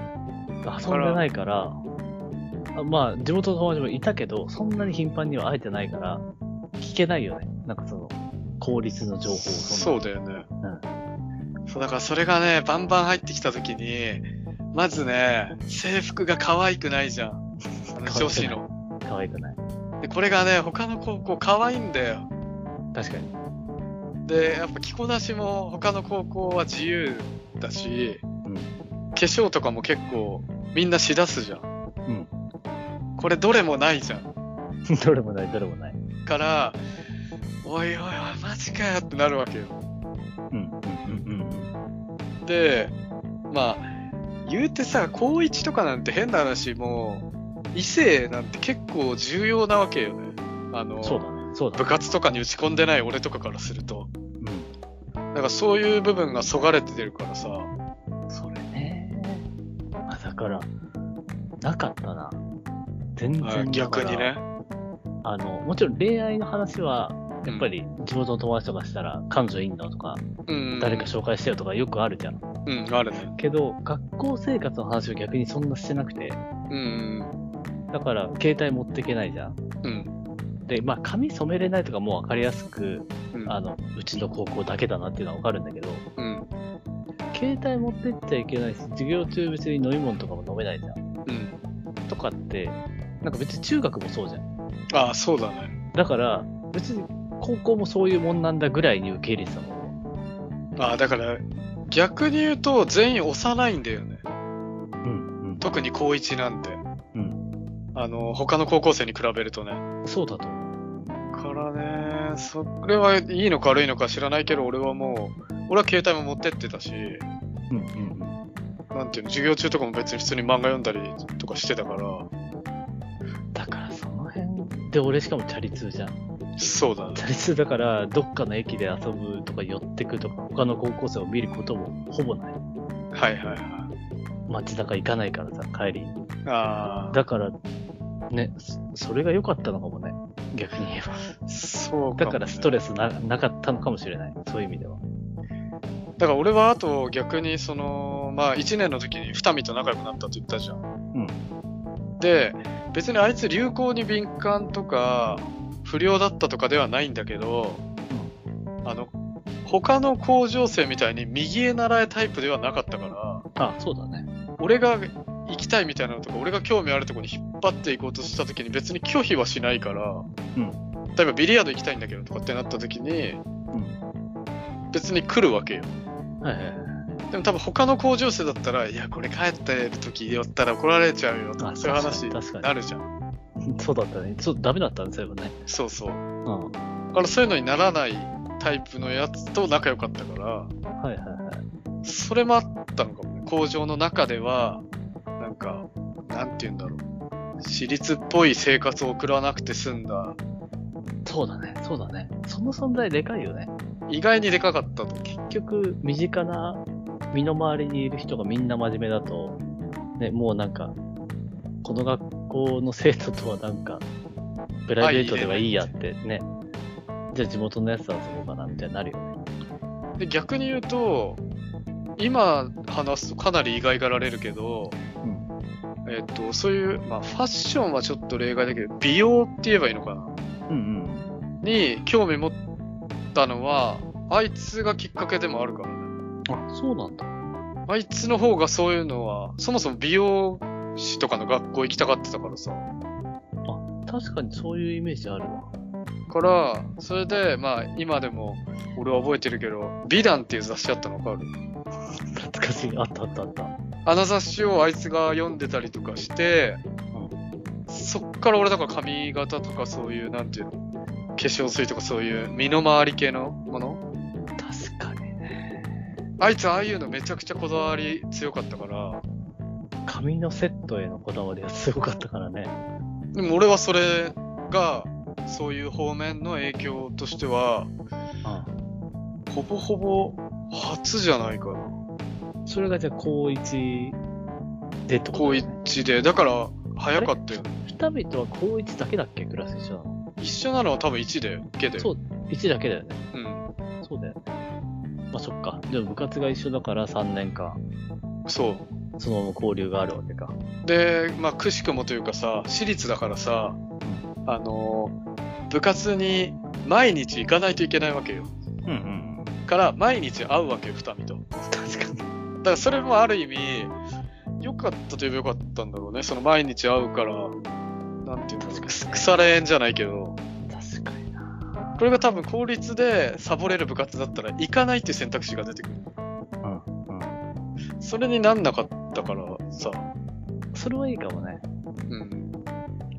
Speaker 4: 遊んでないから、あまあ、地元の友達もいたけど、そんなに頻繁には会えてないから、聞けないよね。なんかその、効率の情報を
Speaker 3: そ
Speaker 4: ん
Speaker 3: う
Speaker 4: な
Speaker 3: だよね、そうだからそれがねバンバン入ってきた時にまずね制服が可愛くないじゃんあの
Speaker 4: 可愛くない
Speaker 3: 女子の
Speaker 4: 可愛くない。
Speaker 3: でこれがね他の高校可愛いんだよ
Speaker 4: 確かに。
Speaker 3: でやっぱ着こなしも他の高校は自由だし、
Speaker 4: うん
Speaker 3: 化粧とかも結構みんなしだすじゃん
Speaker 4: うん。
Speaker 3: これどれもないじゃん
Speaker 4: どれもない、どれもない。
Speaker 3: からおいおいおいマジかよってなるわけよ
Speaker 4: うん。うん。うん。うん。
Speaker 3: でまあ言うてさ高1とかなんて変な話もう異性なんて結構重要なわけよねあの
Speaker 4: そうだね。そうだ
Speaker 3: 部
Speaker 4: ね。
Speaker 3: 活とかに打ち込んでない俺とかからすると
Speaker 4: う
Speaker 3: なんかそういう部分がそがれてるからさ
Speaker 4: ん。それね。あ、だから、なかったな。全然なか
Speaker 3: あ
Speaker 4: った。
Speaker 3: 逆にね
Speaker 4: あの、もちろん恋愛の話は、やっぱり地元の友達とかしたら、彼女いんのとか、
Speaker 3: うん
Speaker 4: 誰か紹介してよとかよくあるじゃん。
Speaker 3: うんあるね
Speaker 4: けど、学校生活の話を逆にそんなしてなくて、
Speaker 3: うん
Speaker 4: だから携帯持っていけないじゃん。
Speaker 3: うん
Speaker 4: で、まあ髪染めれないとかもう分かりやすく、
Speaker 3: うん
Speaker 4: あの、うちの高校だけだなっていうのは分かるんだけど、
Speaker 3: うん
Speaker 4: 携帯持ってっちゃいけないし、授業中別に飲み物とかも飲めないじゃん。
Speaker 3: うん
Speaker 4: とかって、なんか別に中学もそうじゃん。
Speaker 3: ああそうだね
Speaker 4: だから、別に高校もそういうもんなんだぐらいに受け入れてたもん。
Speaker 3: ああだから逆に言うと全員幼いんだよね
Speaker 4: うん、
Speaker 3: 特に高1なんて
Speaker 4: うん。
Speaker 3: あの他の高校生に比べるとね
Speaker 4: そうだと思う。
Speaker 3: からね、それはいいのか悪いのか知らないけど、俺はもう、俺は携帯も持ってってたし、
Speaker 4: うん、うん、
Speaker 3: なんていうの、授業中とかも別に普通に漫画読んだりとかしてたから、
Speaker 4: うん。だからその辺で俺しかもチャリ通じゃん。
Speaker 3: そうだね。
Speaker 4: 打率だから、どっかの駅で遊ぶとか寄ってくとか、他の高校生を見ることもほぼない。
Speaker 3: はいはいはい。
Speaker 4: 街中行かないからさ、帰りに。
Speaker 3: あ
Speaker 4: だから、ね、そそれが良かったのかもね。逆に言えば。
Speaker 3: あ、そうか、
Speaker 4: だからストレスななかったのかもしれない。そういう意味では。
Speaker 3: だから俺はあと逆にその、まあ1年の時に二見と仲良くなったと言ったじゃん。で、別にあいつ流行に敏感とか、不良だったとかではないんだけど、あの、他の工場生みたいに右へ習えタイプではなかったから、
Speaker 4: あ、そうだね。
Speaker 3: 俺が行きたいみたいなのとか、俺が興味あるところに引っ張っていこうとした時に別に拒否はしないから、
Speaker 4: うん
Speaker 3: 例えばビリヤード行きたいんだけどとかってなった時に、別に来るわけよ。
Speaker 4: はいはいはい。
Speaker 3: でも多分他の工場生だったら、いや、これ帰ってる時寄ったら怒られちゃうよとか、
Speaker 4: あ
Speaker 3: そういう話に
Speaker 4: 確かに
Speaker 3: なるじゃん。
Speaker 4: そうだったね。ちょっとダメだったね、そういえばね。
Speaker 3: そうそう。だ
Speaker 4: うん。は
Speaker 3: からそういうのにならないタイプのやつと仲良かったから、
Speaker 4: いはいはい。
Speaker 3: それもあったのかもね。工場の中では、なんか、なんて言うんだろう。私立っぽい生活を送らなくて済んだ。
Speaker 4: そうだね、そうだね。その存在でかいよね。
Speaker 3: 意外にでかかったと。
Speaker 4: 結局、身近な、身の回りにいる人がみんな真面目だと、ね、もうなんか、この学校の生徒とはなんか、プライベートではいいやってね。じゃあ地元のやつと遊ぼうかな、みたいになるよね。
Speaker 3: で、逆に言うと、今話すとかなり意外がられるけど、
Speaker 4: うん。
Speaker 3: えっ、と、そういう、まあ、ファッションはちょっと例外だけど、美容って言えばいいのかな
Speaker 4: うん
Speaker 3: に興味持ったのは、あいつがきっかけでもあるからね。
Speaker 4: うん。あ、そうなんだ。
Speaker 3: あいつの方がそういうのは、そもそも美容師とかの学校行きたがってたからさ。
Speaker 4: 確かにそういうイメージあるわ。
Speaker 3: から、それで、まあ、今でも、俺は覚えてるけど、美談っていう雑誌あったのかある
Speaker 4: 懐かしい。あったあったあった。
Speaker 3: あの雑誌をあいつが読んでたりとかして、そっから俺だから髪型とかそういう、なんていうの、化粧水とかそういう身の回り系のもの
Speaker 4: 確かにね。
Speaker 3: あいつああいうのめちゃくちゃこだわり強かったから、
Speaker 4: 紙のセットへのこだわりがすごかったからね。
Speaker 3: でも俺はそれが、そういう方面の影響としては、ほぼほぼ初じゃないかな。
Speaker 4: それがじゃあ高一でって
Speaker 3: 高
Speaker 4: ことだよね
Speaker 3: 一で。だから、早かったよ。
Speaker 4: 二人とは高一だけだっけクラス一緒なの。
Speaker 3: 一緒なのは多分1で、けで。
Speaker 4: そう、一だけだよね。
Speaker 3: うん。
Speaker 4: そうだよね。まあそっか。じゃあ部活が一緒だから3年間、
Speaker 3: そう。
Speaker 4: そのまま交流があるわけか。
Speaker 3: で、まあ、くしくもというかさ、私立だからさ、あのー部活に毎日行かないといけないわけよ。
Speaker 4: うんうん。
Speaker 3: から、毎日会うわけよ、二人と。だ
Speaker 4: 確かに。
Speaker 3: から、それもある意味、良かったといえば良かったんだろうね。その毎日会うから、なんていうんです
Speaker 4: 確かに
Speaker 3: か、
Speaker 4: ね
Speaker 3: 腐れ縁じゃないけど、
Speaker 4: 確かにな。
Speaker 3: これが多分公立でサボれる部活だったら、行かないっていう選択肢が出てくる。
Speaker 4: うん。
Speaker 3: それになんなかったからさ、
Speaker 4: それはいいかもね。
Speaker 3: うん。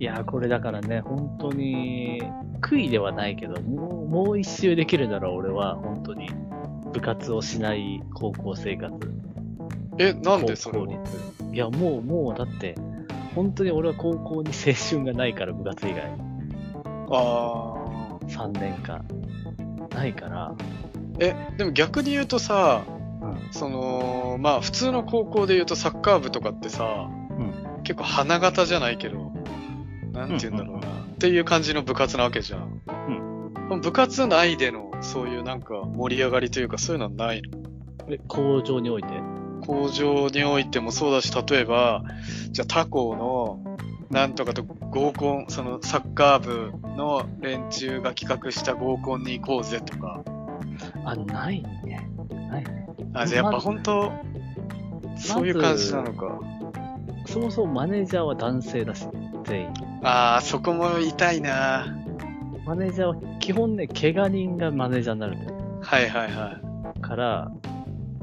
Speaker 4: いやー、これだからね、本当に、悔いではないけど、もう、もう一周できるなら俺は、本当に、部活をしない高校生活。
Speaker 3: え、なんでそれ
Speaker 4: 高
Speaker 3: を
Speaker 4: 校立いや、もう、もう、だって、本当に俺は高校に青春がないから、部活以外。
Speaker 3: ああ。
Speaker 4: 3年間。ないから、
Speaker 3: え、でも逆に言うとさ、
Speaker 4: うん
Speaker 3: その、まあ普通の高校で言うとサッカー部とかってさ、
Speaker 4: う
Speaker 3: 結構花形じゃないけど、なんて言うんだろうな、っていう感じの部活なわけじゃん。うん、部活内でのそういうなんか盛り上がりというかそういうのはないの
Speaker 4: で工場において。
Speaker 3: 工場においてもそうだし、例えば、じゃあ他校の、なんとかと合コン、そのサッカー部の連中が企画した合コンに行こうぜとか、
Speaker 4: あ、ないね。ないね。
Speaker 3: あ、じゃあやっぱ本当、そういう感じなのか。
Speaker 4: そもそもマネージャーは男性だし、全員。
Speaker 3: ああ、そこも痛いな。
Speaker 4: マネージャーは、基本ね、怪我人がマネージャーになるんだよ。
Speaker 3: はいはいはい。
Speaker 4: から、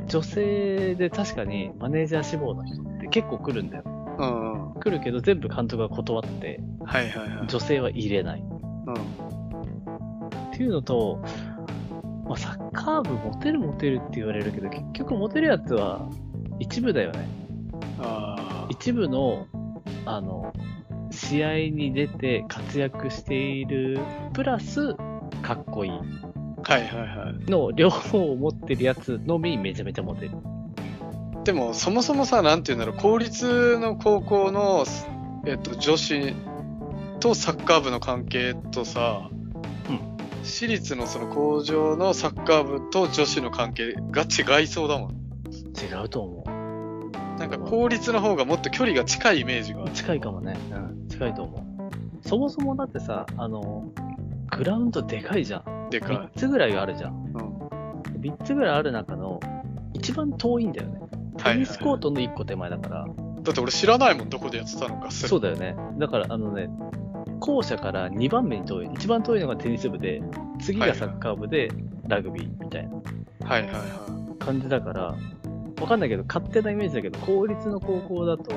Speaker 4: 女性で確かにマネージャー志望の人って結構来るんだよ。
Speaker 3: うんうん。
Speaker 4: 来るけど全部監督が断って、
Speaker 3: はいはいはい。
Speaker 4: 女性は入れない。
Speaker 3: うん。
Speaker 4: っていうのと、まあ、サッカー部モテるモテるって言われるけど、結局モテるやつは一部だよね。
Speaker 3: あ
Speaker 4: 一部の、あの、試合に出て活躍している、プラス、かっこいい
Speaker 3: はいはいはい。
Speaker 4: の両方を持ってるやつのみめちゃめちゃモテる。
Speaker 3: でもそもそもさなんて言うんだろう公立の高校の、えっと、女子とサッカー部の関係とさ、
Speaker 4: うん
Speaker 3: 私立のその工場のサッカー部と女子の関係が違いそうだもん
Speaker 4: 違うと思う。
Speaker 3: なんか公立の方がもっと距離が近いイメージがある
Speaker 4: 近いかもね。うん、近いと思う。そもそもだってさ、あの、グラウンドでかいじゃん。
Speaker 3: でか
Speaker 4: 3
Speaker 3: い、
Speaker 4: つぐらいあるじゃん。
Speaker 3: うん、は
Speaker 4: 3つぐらいある中の、一番遠いんだよね。
Speaker 3: いは
Speaker 4: テ
Speaker 3: い
Speaker 4: ニスコートの1個手前だから。
Speaker 3: だって俺知らないもんどこでやってたのか それ
Speaker 4: そうだよね。だから、あのね、校舎から2番目に遠い。一番遠いのがテニス部で、次がサッカー部でラグビーみたいな
Speaker 3: はいはいは
Speaker 4: 感じだから、わかんないけど、勝手なイメージだけど、公立の高校だと、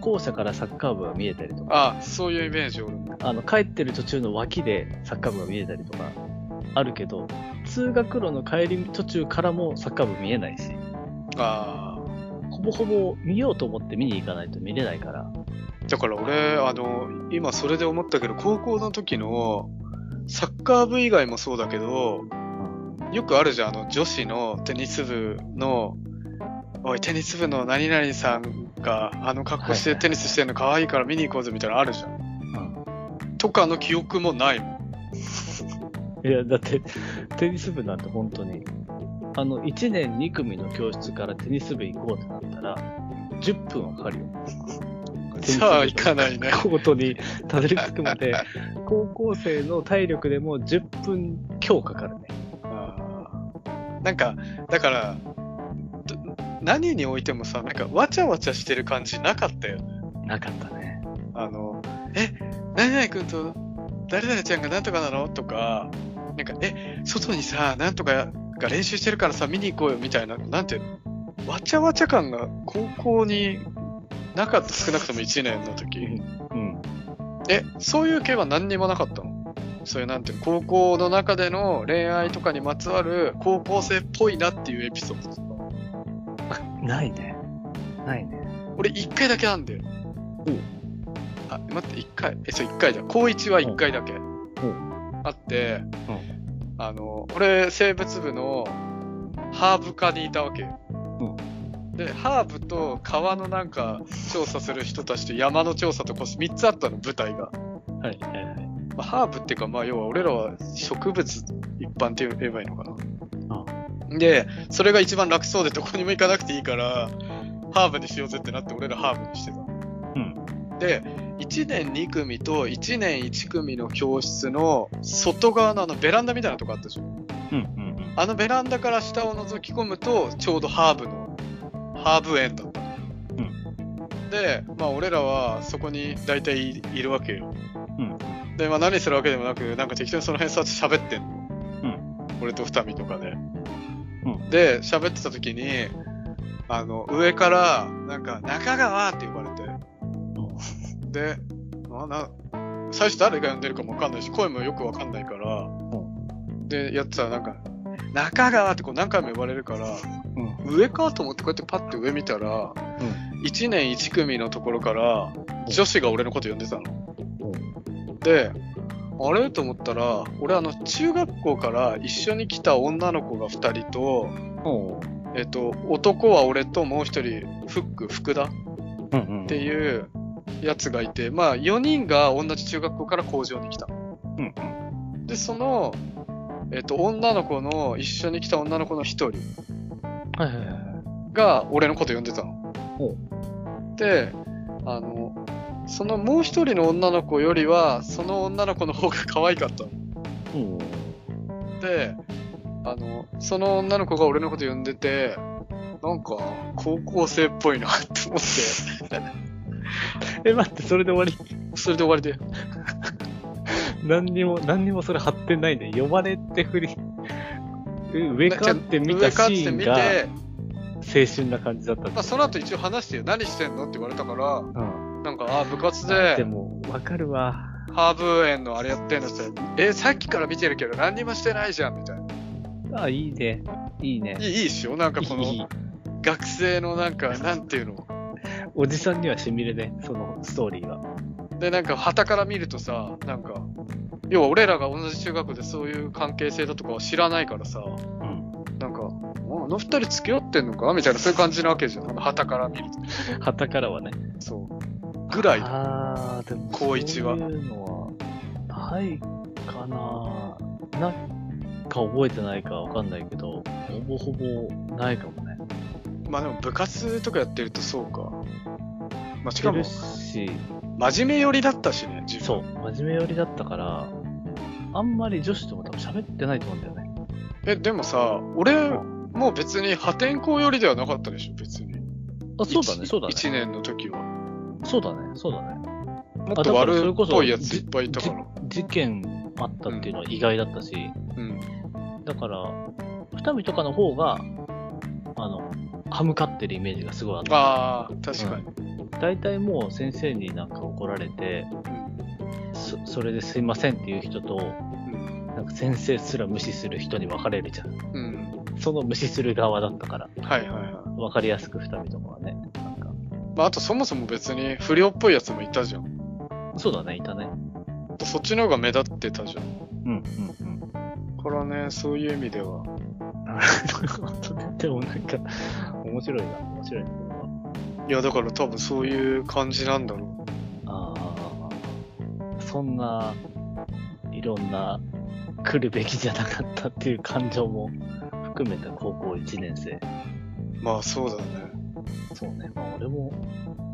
Speaker 4: 校舎からサッカー部が見えたりとか、
Speaker 3: いあそういうイメージ俺も
Speaker 4: あの、帰ってる途中の脇でサッカー部が見えたりとか、あるけど、通学路の帰り途中からもサッカー部見えないし、
Speaker 3: あ
Speaker 4: ほぼほぼ見ようと思って見に行かないと見れないから、
Speaker 3: ーだから俺あの今それで思ったけど高校の時のサッカー部以外もそうだけどよくあるじゃん、あの、女子のテニス部の、おい、テニス部の何々さんが、あの格好し
Speaker 4: は
Speaker 3: て
Speaker 4: いはい
Speaker 3: テニスしてんの可愛いから見に行こうぜみたいなのあるじゃん。とかの記憶もないもん。
Speaker 4: いや、だって、テニス部なんて本当に、あの、1年2組の教室からテニス部行こうってなったら、10分はかかるよ。
Speaker 3: じゃあ行かないね。
Speaker 4: コートにたどり着くま で、高校生の体力でも10分強かかるね。
Speaker 3: なんか、だから、ど何においてもさ、なんか、わちゃわちゃしてる感じなかったよね。
Speaker 4: なかったね。
Speaker 3: あの、え、何々くんと誰々ちゃんがなんとかなのとか、なんか、え、外にさ、なんとかが練習してるからさ、見に行こうよみたいな、なんていうの、わちゃわちゃ感が高校になかった、少なくとも1年の時。
Speaker 4: うん。
Speaker 3: え、そういう系は何にもなかったのそういうなんていうの、高校の中での恋愛とかにまつわる高校生っぽいなっていうエピソード。
Speaker 4: ないね。ないね。
Speaker 3: 俺1回だけなんだよ。
Speaker 4: おう
Speaker 3: あ、待って、1回、え、そう、1回だ。高1は1回だけ。
Speaker 4: おう
Speaker 3: あって、あの、俺、生物部のハーブ科にいたわけよ。で、ハーブと川のなんか調査する人たちと山の調査とこう3つあったの、舞台が。
Speaker 4: はいはいはい。
Speaker 3: まあ、ハーブっていうか、まあ、要は俺らは植物一般って言えばいいのかな。で、それが一番楽そうでどこにも行かなくていいから、ハーブにしようぜってなって俺らハーブにしてた。うん。で、1年2組と1年1組の教室の外側のあのベランダみたいなとこあったでしょ。
Speaker 4: うんうん
Speaker 3: あのベランダから下を覗き込むと、ちょうどハーブの、ハーブ園だったの。で、まあ俺らはそこに大体いいるわけよ。
Speaker 4: うん。
Speaker 3: で、まあ何するわけでもなく、なんか適当にその辺さ、喋ってんの。俺と二見とかで。
Speaker 4: うん
Speaker 3: で、喋ってた時に、あの、上から、なんか、中川って呼ばれて。で、なな最初誰が呼んでるかもわかんないし、声もよくわかんないから、で、やってたらなんか、中川ってこう何回も呼ばれるから、
Speaker 4: うん。
Speaker 3: 上かと思ってこうやってパッて上見たら、一1年1組のところから女子が俺のこと呼んでたの。で、あれと思ったら、俺あの中学校から一緒に来た女の子が2人と、
Speaker 4: おう
Speaker 3: えっと、男は俺ともう1人、フック、福田っ
Speaker 4: うんうん。
Speaker 3: ていうやつがいて、まあ4人が同じ中学校から工場に来た。
Speaker 4: うん
Speaker 3: で、その、えっと、女の子の、一緒に来た女の子の1人
Speaker 4: はいはいは
Speaker 3: が俺のこと呼んでたの
Speaker 4: おう。
Speaker 3: で、あの、そのもう一人の女の子よりは、その女の子の方が可愛かったの
Speaker 4: い。おう
Speaker 3: で、あの、その女の子が俺のこと呼んでて、なんか、高校生っぽいなって思って、
Speaker 4: え、待って、それで終わり
Speaker 3: それで終わりで。
Speaker 4: 何にも、何にもそれ貼ってないね。呼ばれてふり、う上かって見
Speaker 3: 上
Speaker 4: たシ
Speaker 3: かって
Speaker 4: ーン
Speaker 3: 見
Speaker 4: が
Speaker 3: て、
Speaker 4: 青春な感じだったん
Speaker 3: ま
Speaker 4: だ
Speaker 3: あ、その後一応話してよ。何してんのって言われたから、
Speaker 4: うん。
Speaker 3: なんか、あ、部活
Speaker 4: で
Speaker 3: で、
Speaker 4: も、わかるわ。
Speaker 3: ハーブ園のあれやってんのって言ったらえ、さっきから見てるけど何にもしてないじゃん、みたいな。
Speaker 4: あ、いいね。いいね。
Speaker 3: いい、いいっしょなんかこの、
Speaker 4: いいいい
Speaker 3: 学生のなんか、なんていうの。
Speaker 4: おじさんにはしみるね、そのストーリーは。
Speaker 3: で、なんか、旗から見るとさ、なんか、要は俺らが同じ中学でそういう関係性だとかは知らないからさ、なんか、おあの二人付き合ってんのかみたいな、そういう感じなわけじゃん。あの旗から見ると。
Speaker 4: 旗からはね。
Speaker 3: そう。ぐらいだ。
Speaker 4: ああ、でも
Speaker 3: 高一は
Speaker 4: そういうのは、ないかな。なんか覚えてないかわかんないけど、ほぼほぼないかもね。
Speaker 3: まあでも部活とかやってるとそうか。まあし
Speaker 4: し
Speaker 3: かも
Speaker 4: る、し、
Speaker 3: 真面目寄りだったしね、自分。
Speaker 4: そう、真面目寄りだったから、あんまり女子とも多分喋ってないと思うんだよね。
Speaker 3: え、でもさ、俺、もう別に破天荒寄りではなかったでしょ、別に。
Speaker 4: あ、そうだね、
Speaker 3: 一
Speaker 4: そうだね。
Speaker 3: 一年の時は。
Speaker 4: そうだね、そうだね。
Speaker 3: もっ
Speaker 4: あ
Speaker 3: と
Speaker 4: だからそ
Speaker 3: 悪
Speaker 4: れこ
Speaker 3: っ
Speaker 4: そ
Speaker 3: ぽいやついっぱいいたから。
Speaker 4: 事件あったっていうのは意外だったし、
Speaker 3: うん。
Speaker 4: だから、二見とかの方が、あの、歯向かってるイメージがすごいあった。
Speaker 3: ああ、確かに。
Speaker 4: 大体もう先生になんか怒られて、そそれですいませんっていう人と、なんか先生すら無視する人に分かれるじゃん。
Speaker 3: うん。
Speaker 4: その無視する側だったから、
Speaker 3: うんはいはいはい。
Speaker 4: 分かりやすく二見とかはね。なんか
Speaker 3: まああとそもそも別に不良っぽいやつもいたじゃん。
Speaker 4: そうだね、いたね。
Speaker 3: そっちの方が目立ってたじゃん。
Speaker 4: うんうんうん。
Speaker 3: これはね、そういう意味では。
Speaker 4: でもなんか、面白いな、面白いな、これは。
Speaker 3: いや、だから多分そういう感じなんだろ
Speaker 4: ああ、そんな、いろんな、来るべきじゃなかったっていう感情も含めた高校1年生。
Speaker 3: う。まあそうだね。
Speaker 4: そうね、まあ俺も、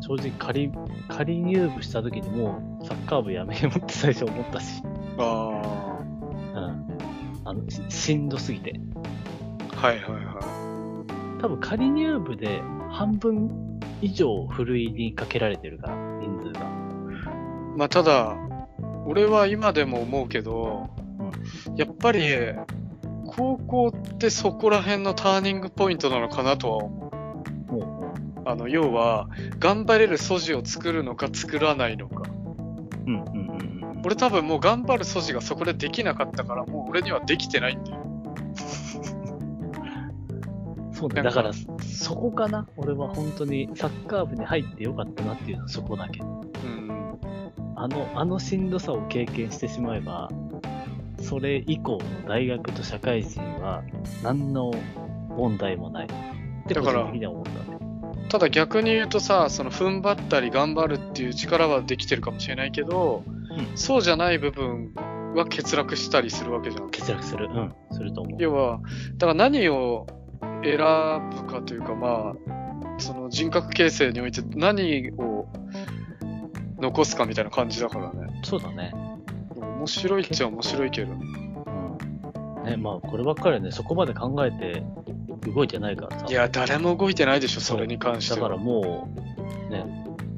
Speaker 4: 正直仮、仮入部した時にもうサッカー部やめようって最初思ったし、
Speaker 3: あ
Speaker 4: うん。あの、ししんどすぎて。
Speaker 3: あ、はいはいは
Speaker 4: 多分仮入部で半分以上ふるいにかけられてるから、人数が。
Speaker 3: い。まあただ、俺は今でも思うけど、やっぱり、高校ってそこら辺のターニングポイントなのかなとは思う。
Speaker 4: もうも
Speaker 3: あの、要は、頑張れる素地を作るのか作らないのか。
Speaker 4: う、うんうんうんうん。
Speaker 3: 俺多分もう頑張る素地がそこでできなかったから、もう俺にはできてないんだよ。
Speaker 4: そう
Speaker 3: な
Speaker 4: ね、
Speaker 3: んか
Speaker 4: だから、そこかな。俺は本当にサッカー部に入ってよかったなっていうのはそこだけ。
Speaker 3: うん。
Speaker 4: あの、あのしんどさを経験してしまえば、それ以降の大学と社会人は何の問題もない。って
Speaker 3: だ
Speaker 4: 個
Speaker 3: から
Speaker 4: 人的には思ったね。
Speaker 3: ただ逆に言うとさ、その踏ん張ったり頑張るっていう力はできてるかもしれないけど、
Speaker 4: ん
Speaker 3: そうじゃない部分は欠落したりするわけじゃん。
Speaker 4: 欠落する。うん。すると思う。
Speaker 3: 要は、だから何を選ぶかというか、まあ、その人格形成において何を残すかみたいな感じだからね。
Speaker 4: そうだね。
Speaker 3: 面白いっちゃ面白いけど。
Speaker 4: うん。ね、まあ、こればっかりはね、そこまで考えて動いてないからさ。
Speaker 3: いや、誰も動いてないでしょ、それに関し
Speaker 4: だ
Speaker 3: て
Speaker 4: から
Speaker 3: は。
Speaker 4: もう、ね、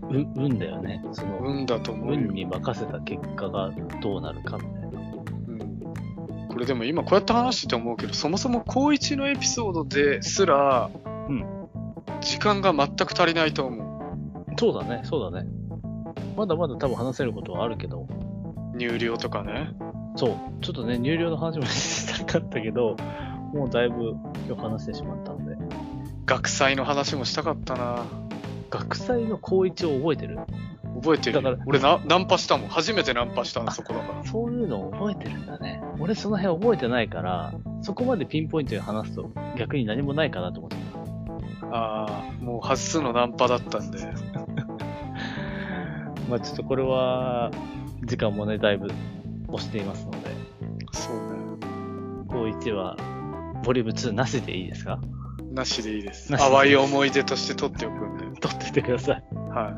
Speaker 4: う運だよね。その、
Speaker 3: 運だと思うよ。
Speaker 4: 運に任せた結果がどうなるかみたいな。
Speaker 3: うんこれでも今こうやって話してて思うけど、そもそも高一のエピソードですら、
Speaker 4: うん
Speaker 3: 時間が全く足りないと思
Speaker 4: そうだね、そうだね。まだまだ多分話せることはあるけ
Speaker 3: う。
Speaker 4: ど、
Speaker 3: 入寮とかね。
Speaker 4: そう、ちょっとね、入寮の話もしたかったけど、もうだいぶ今日話してしまったので、
Speaker 3: 学祭の話もしたかったな。
Speaker 4: 学祭の高一を覚えてる
Speaker 3: 覚えてる。
Speaker 4: だから
Speaker 3: 俺な、ナンパしたもん。初めてナンパしたの、そこだから。
Speaker 4: そういうのを覚えてるんだね。俺その辺覚えてないから、そこまでピンポイントで話すと逆に何もないかなと思ってた。
Speaker 3: ああ、もう初のナンパだったんで。
Speaker 4: まあちょっとこれは、時間もね、だいぶ押していますので、
Speaker 3: そう
Speaker 4: 高一は、ボリューム2なしでいいですか
Speaker 3: ね。なしでいいです。
Speaker 4: なしでいい
Speaker 3: 淡い思い出として取っておくんで。
Speaker 4: 取っててください。
Speaker 3: は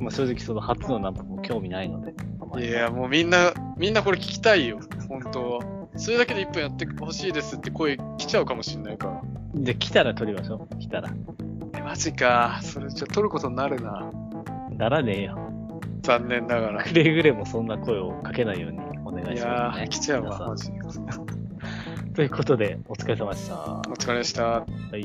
Speaker 4: まあ正直その初のナンパも興味ないので。
Speaker 3: い。いや、もうみんな、みんなこれ聞きたいよ。本当は。それだけで1分やってほしいですって声来ちゃうかもしんないから。
Speaker 4: で、来たら撮りましょう。来たら。
Speaker 3: えマジか。それじゃ取ることになるな。
Speaker 4: ならねえよ。
Speaker 3: 残念ながら。
Speaker 4: くれぐれもそんな声をかけないようにお願い
Speaker 3: い
Speaker 4: し
Speaker 3: や
Speaker 4: ます
Speaker 3: ー、
Speaker 4: ね。
Speaker 3: 来ちゃうわ、
Speaker 4: 皆
Speaker 3: マジ。
Speaker 4: さんということで、お疲れ様でした。は
Speaker 3: お疲れでした。
Speaker 4: い。